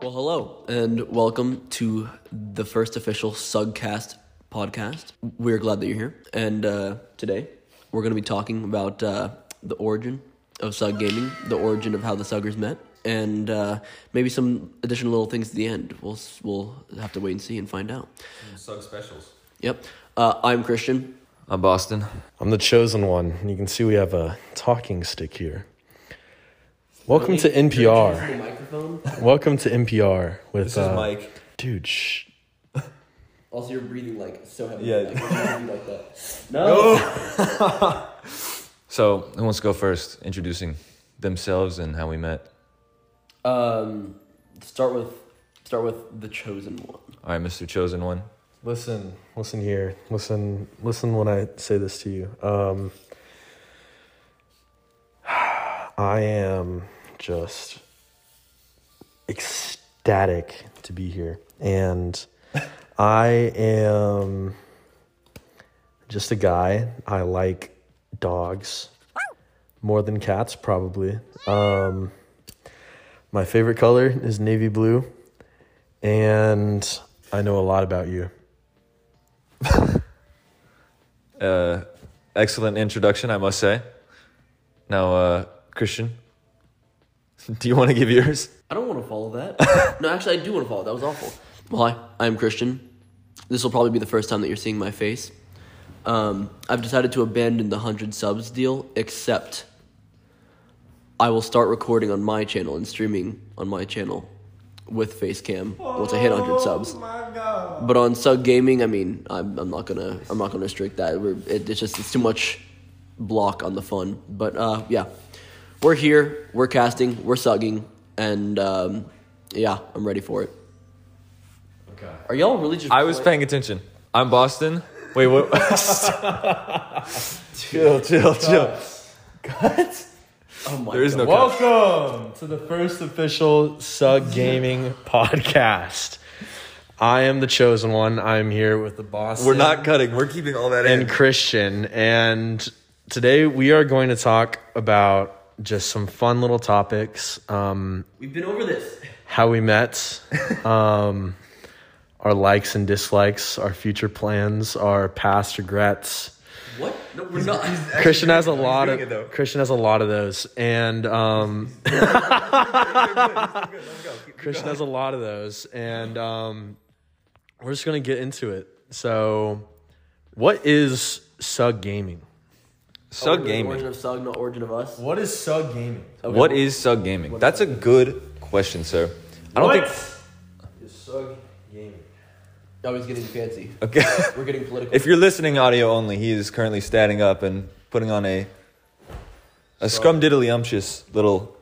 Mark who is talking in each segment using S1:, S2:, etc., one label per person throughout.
S1: Well, hello and welcome to the first official Sugcast podcast. We're glad that you're here, and uh, today we're going to be talking about uh, the origin of Sug Gaming, the origin of how the Suggers met, and uh, maybe some additional little things at the end. We'll s- we'll have to wait and see and find out.
S2: Sug specials.
S1: Yep, uh, I'm Christian.
S3: Uh,
S2: I'm Boston.
S4: I'm the chosen one. You can see we have a talking stick here. Welcome to NPR.
S1: microphone.
S4: Welcome to NPR with
S2: This
S4: uh,
S2: is Mike.
S4: Dude, shh.
S1: Also, you're breathing like so heavily.
S2: Yeah.
S1: Like, like that. No.
S3: So, who wants to go first, introducing themselves and how we met?
S1: Um, start with start with the chosen one.
S3: All right, Mr. Chosen One.
S4: Listen, listen here. Listen, listen when I say this to you. Um, I am just ecstatic to be here, and I am just a guy. I like dogs more than cats, probably. Um, my favorite color is navy blue, and I know a lot about you.
S3: Uh, excellent introduction, I must say. Now, uh, Christian, do you want to give yours?
S1: I don't want to follow that. no, actually, I do want to follow. it. That was awful. Well, hi, I'm Christian. This will probably be the first time that you're seeing my face. Um, I've decided to abandon the hundred subs deal, except I will start recording on my channel and streaming on my channel with Facecam once I hit hundred subs.
S2: Oh my god.
S1: But on Sug Gaming, I mean, I'm, I'm not gonna I'm not gonna restrict that. We're, it, it's just it's too much block on the fun. But uh, yeah, we're here, we're casting, we're sugging, and um, yeah, I'm ready for it.
S4: Okay.
S1: Are y'all really just?
S3: I was paying attention. I'm Boston. Wait, what? chill, chill, chill.
S1: Oh my
S3: There is no. cut.
S4: Welcome to the first official Sug Gaming podcast. I am the chosen one. I'm here with the boss.
S3: We're not cutting. We're keeping all that
S4: and
S3: in.
S4: Christian, and today we are going to talk about just some fun little topics. Um,
S1: We've been over this.
S4: how we met, um, our likes and dislikes, our future plans, our past regrets.
S1: What? No, we're not.
S4: Christian has a lot
S3: doing it, though.
S4: of Christian has a lot of those, and um, Christian has a lot of those, and um, we're just gonna get into it. So, what is Sug Gaming?
S3: Sug
S1: Origin
S3: Gaming.
S1: of Sug, not origin of us.
S4: What is Sug Gaming?
S3: What is Sug Gaming? That's a good question, sir. I don't think.
S4: is Sug Gaming?
S1: Oh, he's getting fancy.
S3: Okay.
S1: We're getting political.
S3: If you're listening audio only, he is currently standing up and putting on a a scrumdiddlyumptious little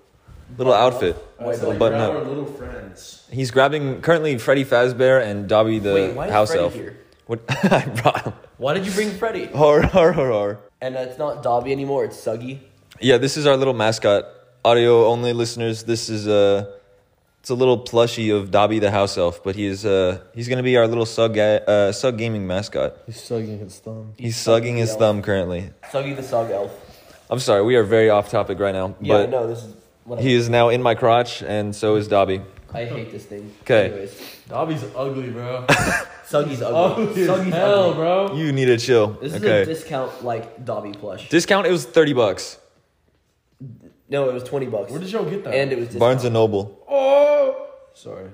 S3: little outfit, little button up.
S4: little friends.
S3: He's grabbing currently Freddy Fazbear and Dobby the
S1: Wait, why is
S3: house
S1: Freddy
S3: elf.
S1: here?
S3: What I brought him.
S1: Why did you bring Freddy?
S3: Horror, horror, horror.
S1: And uh, it's not Dobby anymore. It's Suggy.
S3: Yeah, this is our little mascot. Audio only listeners, this is a it's a little plushie of Dobby the house elf, but he is uh he's gonna be our little sug ga- uh, sug gaming mascot.
S4: He's sugging his thumb.
S3: He's sugging his
S1: elf.
S3: thumb currently.
S1: Suggy the Sug Elf.
S3: I'm sorry, we are very off topic right now.
S1: Yeah, I
S3: but
S1: know. This is. Whatever.
S3: He is now in my crotch, and so is Dobby.
S1: I hate this thing.
S3: 'Kay.
S1: Anyways.
S4: Dobby's ugly, bro.
S1: Suggy's ugly.
S4: ugly as
S1: Suggy's
S4: Oh, hell,
S1: ugly.
S4: bro.
S3: You need a chill.
S1: This is
S3: okay.
S1: a discount like Dobby plush.
S3: Discount. It was thirty bucks.
S1: no, it was twenty bucks.
S4: Where did y'all get that?
S1: and it was discount.
S3: Barnes and Noble.
S4: Oh, sorry.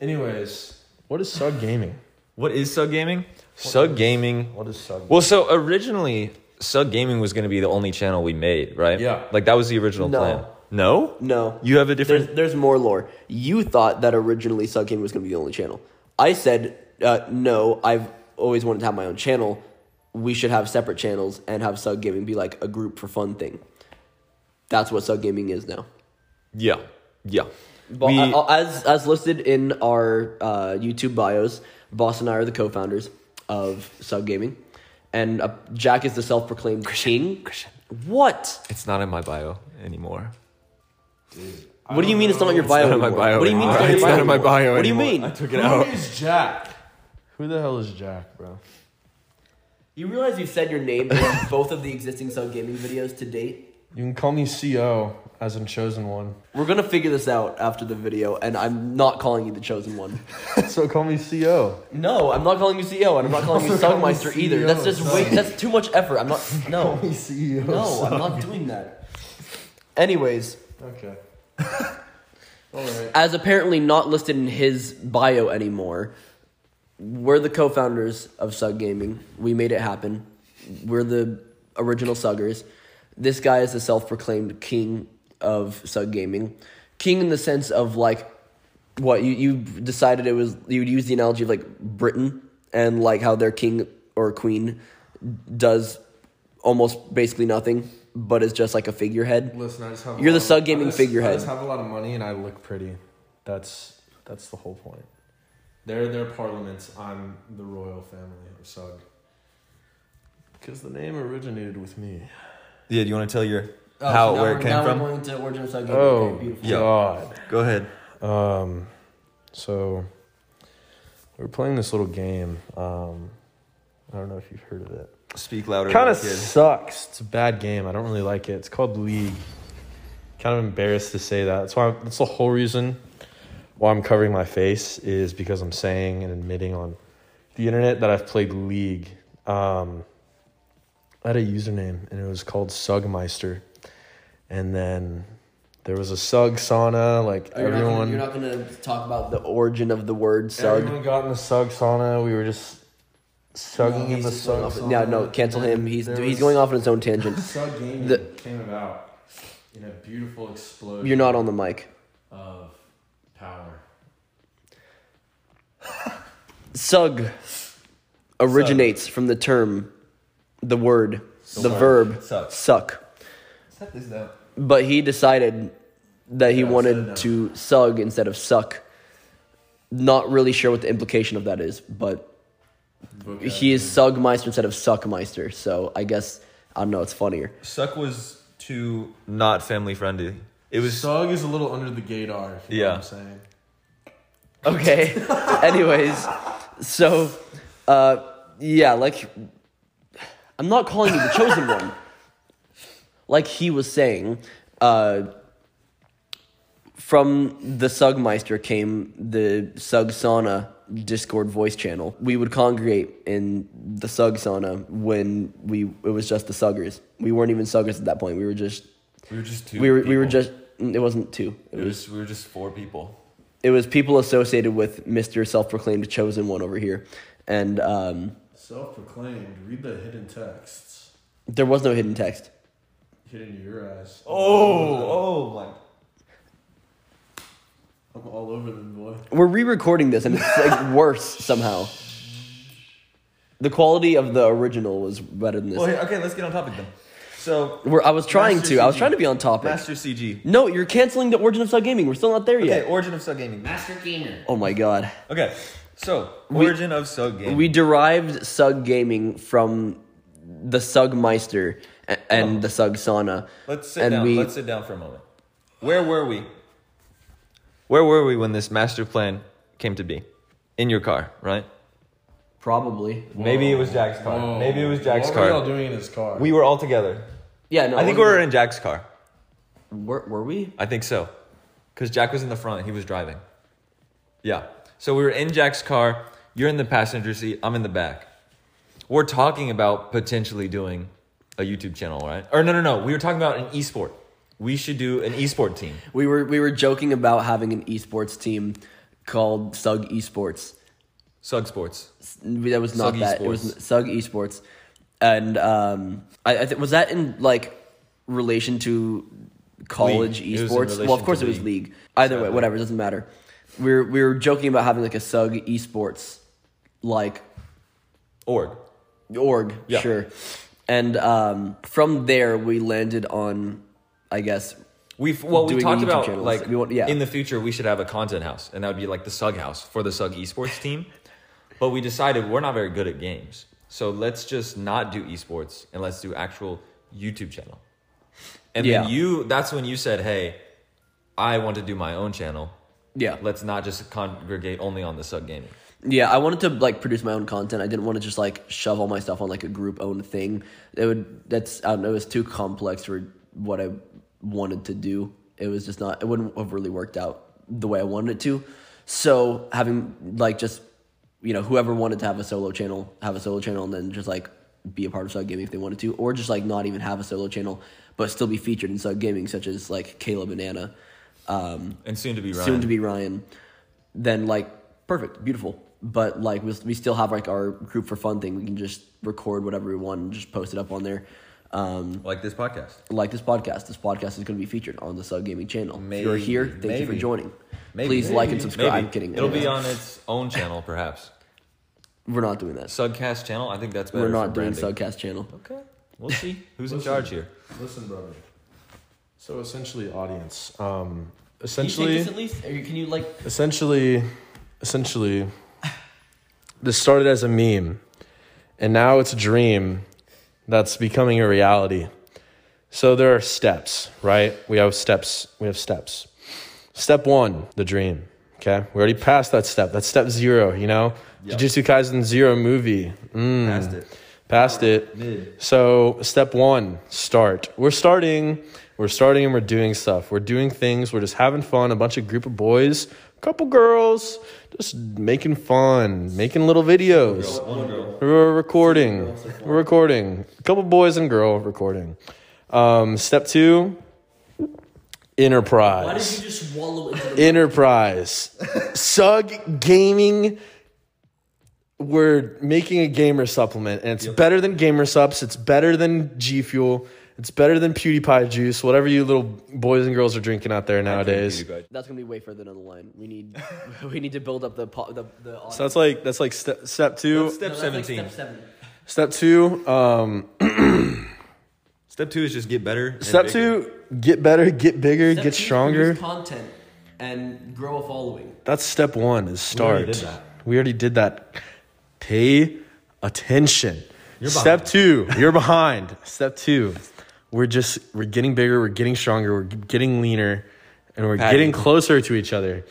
S4: Anyways, what is Sug Gaming?
S3: What is Sug Gaming? Sug Gaming.
S4: What is Sug?
S3: Well, so originally Sug Gaming was going to be the only channel we made, right?
S4: Yeah.
S3: Like that was the original
S1: No.
S3: plan. No.
S1: No,
S3: You have a
S1: there's
S3: different.
S1: there's more lore. You thought that originally Sug Gaming was gonna be the only channel. I said uh, no. I've always wanted to have my own channel. We should have separate channels and have Sug Gaming be like a group for fun thing. That's what Sug Gaming is now.
S3: Yeah. Yeah.
S1: Bo-
S3: We-
S1: uh, as as listed in our uh, YouTube bios, Boss and I are the co-founders of Sub Gaming, and uh, Jack is the self-proclaimed king. What?
S3: it's not in my bio anymore.
S1: What do you mean it's not in your bio?
S3: not in my
S1: anymore?
S3: bio
S1: What do you mean
S3: anymore. It's not in my
S1: anymore?
S3: bio
S1: What do you
S3: anymore.
S1: mean?
S3: Took
S4: Who
S3: it out.
S4: is Jack? Who the hell is Jack, bro?
S1: You realize you've said your name in both of the existing Sub Gaming videos to date.
S4: You can call me CO as in chosen one.
S1: We're gonna figure this out after the video, and I'm not calling you the chosen one.
S4: so call me CO.
S1: No, I'm not calling you CEO, and I'm not calling you E
S4: Also call me
S1: Sugmeister either.
S4: CEO,
S1: That's just
S4: son.
S1: way. That's too much effort. I'm not. No,
S4: Call me CEO.
S1: no, I'm not doing that. Anyways,
S4: Okay. All right.
S1: as apparently not listed in his bio anymore, we're the co-founders of Sug Gaming. We made it happen. We're the original Suggers. This guy is the self-proclaimed king of Sug Gaming. King in the sense of like what you you decided it was you would use the analogy of like Britain and like how their king or queen does almost basically nothing but is just like a figurehead.
S4: Listen, I just have. a
S1: You're the
S4: lot of-
S1: Sug Gaming
S4: I just-
S1: figurehead.
S4: I just have a lot of money and I look pretty. That's that's the whole point. They're their parliaments. I'm the royal family of Sug. Because the name originated with me.
S3: Yeah, do you want to tell your how
S1: Oh, now
S3: where
S1: we're-
S3: it came
S1: now
S3: from?
S1: We're going to Origin of Sug Gaming.
S4: Oh
S1: Okay, beautiful.
S3: Yeah.
S4: God.
S3: Go ahead.
S4: Um, so we were playing this little game. Um, I don't know if you've heard of it.
S3: Speak louder.
S4: Kind of
S3: little kid.
S4: sucks. It's a bad game. I don't really like it. It's called League. Kind of embarrassed to say that. That's why. that's the whole reason why I'm covering my face is because I'm saying and admitting on the internet that I've played League. Um, I had a username and it was called Sugmeister, and then there was a Sug sauna. Like
S1: You're not gonna-
S4: everyone,
S1: you're not going to talk about the origin of the word sug.
S4: Everyone got in the sug sauna. We were just sugging in
S1: He's
S4: the
S1: just going
S4: sug
S1: off-
S4: sauna.
S1: Yeah, no, cancel him. He's he's going off on his own tangent.
S4: Sug gaming
S1: The-
S4: came about in a beautiful explosion
S1: You're not on the mic.
S4: of power.
S1: Sug originates from the term, the word, the verb
S3: Suck.
S1: suck.
S3: Set this down.
S1: But he decided that he
S4: Yeah, I said no.
S1: wanted to sug instead of suck. Not really sure what the implication of that is, but he is sugmeister instead of suckmeister. So I guess I don't know. It's funnier.
S3: Suck was too not family friendly. It was
S4: sug is a little under the gaydar. If you
S3: Yeah.
S4: know what I'm saying.
S1: Okay. Anyways, so uh yeah, like I'm not calling you the chosen one. Like he was saying, uh from the Sugmeister came the Sug Sauna Discord voice channel. We would congregate in the Sug Sauna when we it was just the Suggers. We weren't even Suggers at that point. We were just
S3: we were just two.
S1: we were we were
S3: people.
S1: just it wasn't two. It
S3: It
S1: was
S3: was we were just four people.
S1: it was people associated with Mr. Self Proclaimed Chosen One over here. And um,
S4: Self-proclaimed. Read the hidden texts
S1: there was no hidden text.
S4: hidden in your eyes.
S3: Oh, oh my.
S4: I'm all over them, boy.
S1: We're re recording this and it's like worse somehow. The quality of the original was better than this.
S3: Well, here- okay, let's get on topic then. So
S1: We're, I was trying
S3: Master
S1: to. I was
S3: CG.
S1: trying to be on topic.
S3: Master CG.
S1: No, you're canceling the origin of Sub Gaming. We're still not there
S3: Okay,
S1: yet.
S3: origin of sub gaming.
S1: Oh my god.
S3: Okay, so origin of sub gaming.
S1: We derived Sug Gaming from the Sugmeister a- and the Sug Sauna.
S3: Oh. Let's sit
S1: and
S3: down.
S1: we-
S3: Let's sit down for a moment. Where were we? Where were we when this master plan came to be? In your car, right?
S1: Probably.
S3: Maybe it was Jack's car.
S4: Whoa.
S3: Oh. Maybe it was Jack's
S4: what
S3: car.
S4: What were y'all doing in his car?
S3: We were all together.
S1: Yeah, no.
S3: I think we were in Jack's car.
S1: Were, were we?
S3: I think so. Because Jack was in the front, he was driving. Yeah. So we were in Jack's car. You're in the passenger seat. I'm in the back. We're talking about potentially doing a YouTube channel, right? Or no, no, no. We were talking about an esport. We should do an esport team.
S1: We were we were joking about having an esports team called Sug Esports.
S3: Sug Sports.
S1: S- That was not
S3: Sug
S1: that. It was Sug Esports, and um, I, I th- was that in like relation to college
S3: League. It was
S1: esports.
S3: in
S1: Well, of
S3: relation
S1: course
S3: to
S1: it was
S3: league.
S1: league. Either way,
S3: Sadly.
S1: whatever, it doesn't matter. We were we were joking about having like a Sug Esports like
S3: Org.
S1: org,
S3: Yeah.
S1: sure. And um, from there, we landed on, I guess,
S3: We've well, we
S1: Doing
S3: talked
S1: YouTube
S3: about
S1: channels.
S3: like
S1: We want- yeah.
S3: in the future we should have a content house, and that would be like the Sug House for the Sug Esports team. But we decided we're not very good at games, so let's just not do esports and let's do actual YouTube channel. And
S1: Yeah.
S3: then you—that's when you said, "Hey, I want to do my own channel.
S1: yeah,
S3: Let's not just congregate only on the Sug Gaming."
S1: Yeah, I wanted to like produce my own content. I didn't want to just like shove all my stuff on like a group owned thing. It would that's I don't know, it was too complex for what I wanted to do. It was just not. It wouldn't have really worked out the way I wanted it to. So having like just you know whoever wanted to have a solo channel have a solo channel and then just like be a part of Sug Gaming if they wanted to, or just like not even have a solo channel but still be featured in Sug Gaming, such as like Caleb and Anna, um,
S3: and soon to be Ryan.
S1: soon to be Ryan. Then like perfect, beautiful. But like we we still have like our group for fun thing. We can just record whatever we want and just post it up on there. Um,
S3: like this podcast.
S1: like this podcast. This podcast is going to be featured on the Sub Gaming channel. if you're
S3: Maybe.
S1: here, thank you for
S3: Maybe.
S1: joining.
S3: Maybe.
S1: Please like and subscribe.
S3: Maybe.
S1: I'm kidding.
S3: It'll be
S1: Yeah.
S3: on its own channel, perhaps.
S1: We're not doing that.
S3: Subcast channel. I think that's better.
S1: We're
S3: for
S1: not doing
S3: branding.
S1: Subcast channel.
S3: Okay, we'll see who's in charge here.
S4: Listen, brother. So essentially, audience. Um,
S1: Can you
S4: essentially,
S1: take this at least? Or can you like?
S4: essentially, essentially, this started as a meme, and now it's a dream that's becoming a reality. So there are steps, right? We have steps. We have steps. Step one, the dream. Okay, we already passed that step. That's step zero. You know,
S3: Yeah.
S4: Jujutsu Kaisen Zero movie. Mm,
S3: Past it.
S4: Passed it.
S3: Mid.
S4: So, step one, start. We're starting. We're starting and we're doing stuff. We're doing things. We're just having fun. A bunch of group of boys, a couple girls, just making fun, making little videos.
S3: One girl.
S4: We're recording. We're recording. A couple boys and girl recording. Um, step two, enterprise
S1: Why did you just wallow into the?
S4: enterprise sug gaming we're making a gamer supplement and it's better than gamer subs it's better than g fuel it's better than pewdiepie juice whatever you little boys and girls are drinking out there nowadays
S1: That's gonna be way further down the line. We need, we need to build up the po- the the. Audience.
S4: so that's like that's like step, step two
S3: Step
S1: No, that's like
S3: seventeen.
S1: step
S3: step,
S1: seven.
S4: step two um
S3: two is just get better. and
S4: step
S3: bigger.
S4: two get better get bigger
S1: Step two is
S4: get stronger
S1: produce Content and grow a following.
S4: that's step one is
S3: already
S4: start
S3: did that.
S4: we already did that pay attention step
S3: behind.
S4: two you're behind step two we're just we're getting bigger we're getting stronger we're getting leaner and we're
S3: Patty.
S4: getting closer to each other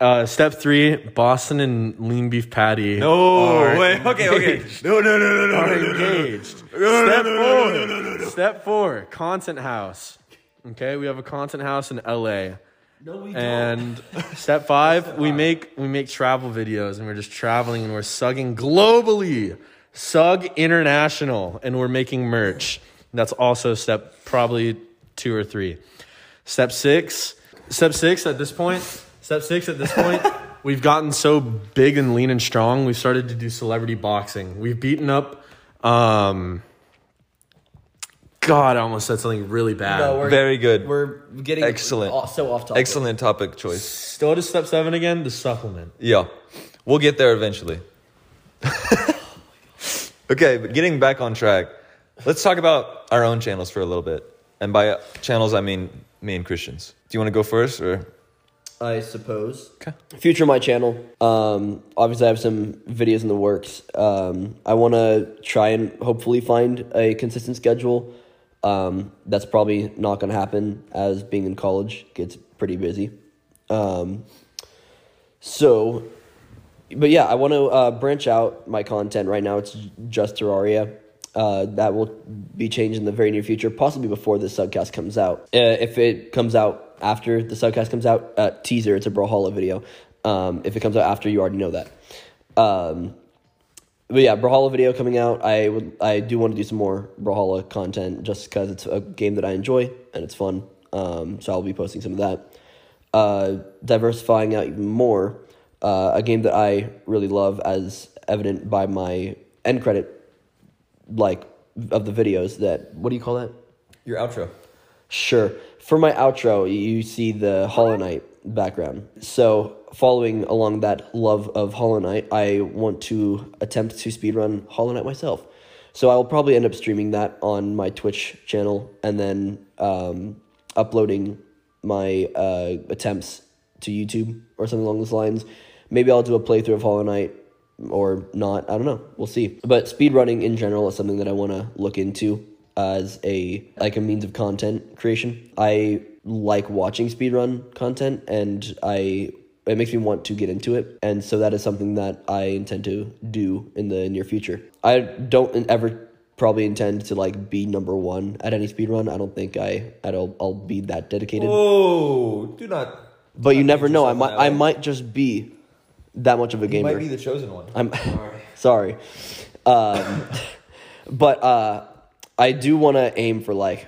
S4: uh, step three boston and lean beef patty
S3: Oh
S4: are
S3: wait. Okay. Okay. No. No. No. No. No.
S4: are
S3: no, no, no.
S4: engaged.
S3: no,
S4: Step
S3: no, no, no, no,
S4: four. Step four. Content house. Okay, we have a content house in LA.
S1: No, we
S4: And step five, we make we make travel videos, and we're just traveling, and we're sugging globally, sug international, and we're making merch. That's also step probably two or three. Step six, step six at this point, step six at this point, we've gotten so big and lean and strong. We've started to do celebrity boxing. We've beaten up. um God, I almost said something really bad.
S1: No, we're-
S3: Very good.
S1: We're getting
S3: Excellent.
S1: aw- So off topic.
S3: Excellent topic choice.
S4: Still what is step seven again? The supplement.
S3: Yeah, we'll get there eventually. okay, but getting back on track, let's talk about our own channels for a little bit. And by channels, I mean me and Christians. Do you want to go first, or
S1: I suppose.
S3: 'Kay.
S1: Future my channel. Um, obviously, I have some videos in the works. Um, I want to try and hopefully find a consistent schedule. Um, that's probably not going to happen as being in college gets pretty busy. Um, so, but yeah, I want to uh, branch out my content. Right now, it's just Terraria. Uh, that will be changed in the very near future, possibly before this subcast comes out. Uh, if it comes out after the subcast comes out, uh, teaser, it's a Brawlhalla video. Um, if it comes out after, you already know that. Um, but yeah, Brawlhalla video coming out. I would, I do want to do some more Brawlhalla content just because it's a game that I enjoy and it's fun. Um, so I'll be posting some of that. Uh, diversifying out even more, uh, a game that I really love, as evident by my end credit, like of the videos. That what do you call that?
S3: your outro?
S1: Sure. For my outro, you see the Hollow Knight background. So, following along that love of Hollow Knight, I want to attempt to speedrun Hollow Knight myself. So, I will probably end up streaming that on my Twitch channel and then um, uploading my uh, attempts to YouTube or something along those lines. Maybe I'll do a playthrough of Hollow Knight or not. I don't know. We'll see. But speedrunning in general is something that I want to look into as a like a means of content creation. I like watching speedrun content and I it makes me want to get into it. And so that is something that I intend to do in the near future. I don't ever probably intend to like be number one at any speed run. I don't think I I don't I'll be that dedicated.
S3: Oh, Whoa! Do not.
S1: but you never know. I
S3: yourself
S1: might
S3: that way.
S1: I might just be that much of a
S3: You
S1: gamer.
S3: might be the chosen one.
S1: I'm sorry. Um, but uh, I do want to aim for like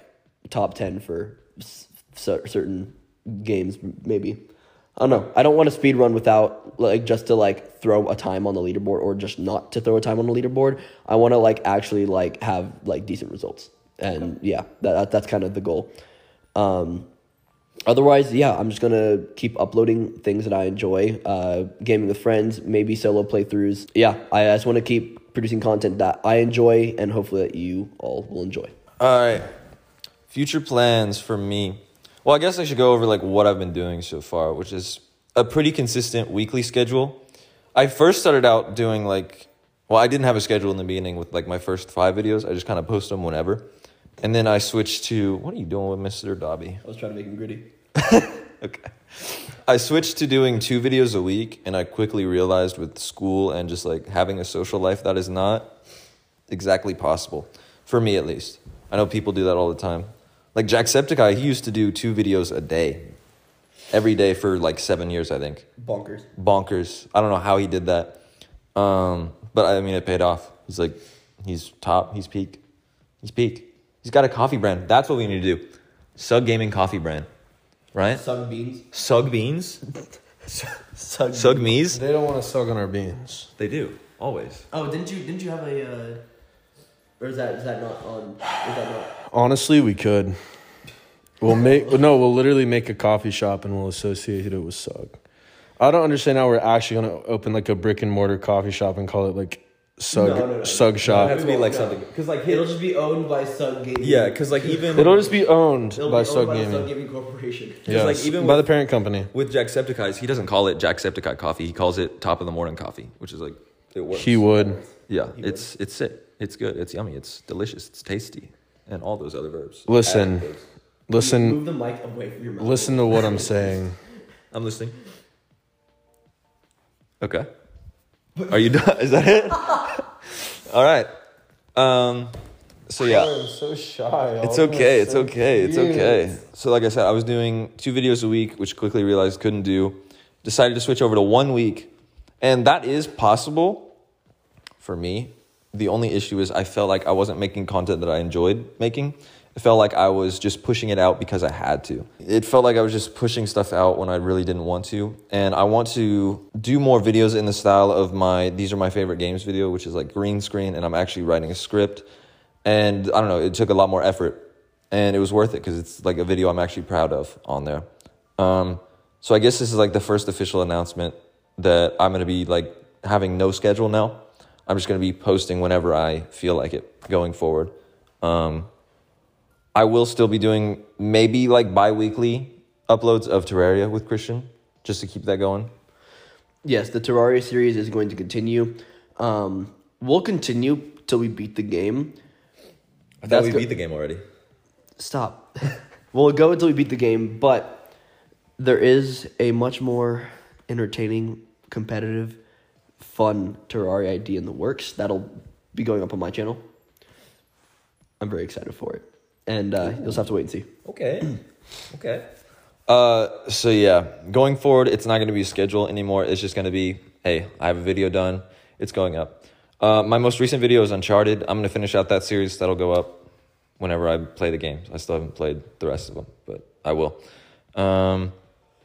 S1: top 10 for s- cer- certain games, m- maybe. I don't know. I don't want to speed run without like just to like throw a time on the leaderboard or just not to throw a time on the leaderboard. I want to like actually like have like decent results. And yeah, that, that that's kind of the goal. Um, otherwise yeah i'm just gonna keep uploading things that i enjoy uh, gaming with friends maybe solo playthroughs yeah i just want to keep producing content that i enjoy and hopefully that you all will enjoy
S3: All right. Future plans for me. Well, I guess I should go over like what I've been doing so far, which is a pretty consistent weekly schedule. I first started out doing like well, I didn't have a schedule in the beginning with like my first five videos. I just kind of post them whenever. And then I switched to what are you doing with Mr. Dobby?
S1: i was trying to make him gritty
S3: Okay. I switched to doing two videos a week, and I quickly realized with school and just like having a social life, that is not exactly possible. For me, at least. I know people do that all the time. Like Jacksepticeye, he used to do two videos a day, every day for like seven years, I think.
S1: bonkers
S3: Bonkers. I don't know how he did that. Um, but I mean, it paid off. He's like, he's top, he's peak. He's peak. He's got a coffee brand. That's what we need to do. Sub Gaming Coffee Brand, right?
S1: sun beans
S3: Sug beans?
S1: sun
S3: Sug me's?
S4: They don't want to suck on our beans.
S3: They do, always.
S1: oh didn't you didn't you have a uh, or is that is that not on is that not
S4: Honestly, we could. We'll make no. We'll literally make a coffee shop and we'll associate it with Sug. I don't understand how we're actually gonna open like a brick and mortar coffee shop and call it like Sug
S1: No, no, no.
S4: Sug
S3: It
S4: Shop.
S3: has to be like something, cause like his,
S1: it'll just be owned by sun gaming
S3: yeah, cause like even
S4: It'll just be owned
S1: it'll
S4: by
S1: be owned
S4: Sug
S1: by the sun
S4: Gaming.
S1: gaming corporation
S4: Yes,
S3: like, even
S4: by
S3: with-
S4: the parent company.
S3: with Jacksepticeye's, he doesn't call it Jacksepticeye coffee. He calls it top of the morning coffee, which is like it works.
S4: He would.
S3: yeah, it's it's sick. It's good. It's yummy. It's delicious. It's tasty, and all those other verbs.
S4: Listen.
S3: Adjectives.
S4: Listen.
S1: move the mic away from your mouth
S4: Listen to what I'm saying.
S3: I'm listening. Okay. Are you done? Is that it? all right. Um. So yeah.
S4: so shy.
S3: It's okay. It's okay. It's okay. So, like I said, I was doing two videos a week, which quickly realized couldn't do. Decided to switch over to one week, and that is possible for me. The only issue is I felt like I wasn't making content that I enjoyed making. It felt like I was just pushing it out because I had to. It felt like I was just pushing stuff out when I really didn't want to. And I want to do more videos in the style of my These Are My Favorite Games video, which is like green screen, and I'm actually writing a script. And I don't know, it took a lot more effort and it was worth it because it's like a video I'm actually proud of on there. Um, so I guess this is like the first official announcement that I'm gonna be like having no schedule now. I'm just gonna be posting whenever I feel like it going forward. Um, I will still be doing maybe like bi-weekly uploads of Terraria with Christian just to keep that going.
S1: yes, the Terraria series is going to continue. Um, we'll continue till we beat the game.
S3: I
S1: That's we good. beat
S3: the game already.
S1: Stop. we'll go until we beat the game, but there is a much more entertaining, competitive, fun Terraria ID in the works that'll be going up on my channel. I'm very excited for it, and uh, you'll just have to wait and see.
S3: Okay. okay. Uh, so yeah, going forward, it's not going to be a schedule anymore. It's just going to be, hey, I have a video done. It's going up. Uh, my most recent video is Uncharted. I'm going to finish out that series. That'll go up whenever I play the games. I still haven't played the rest of them, but I will. Um,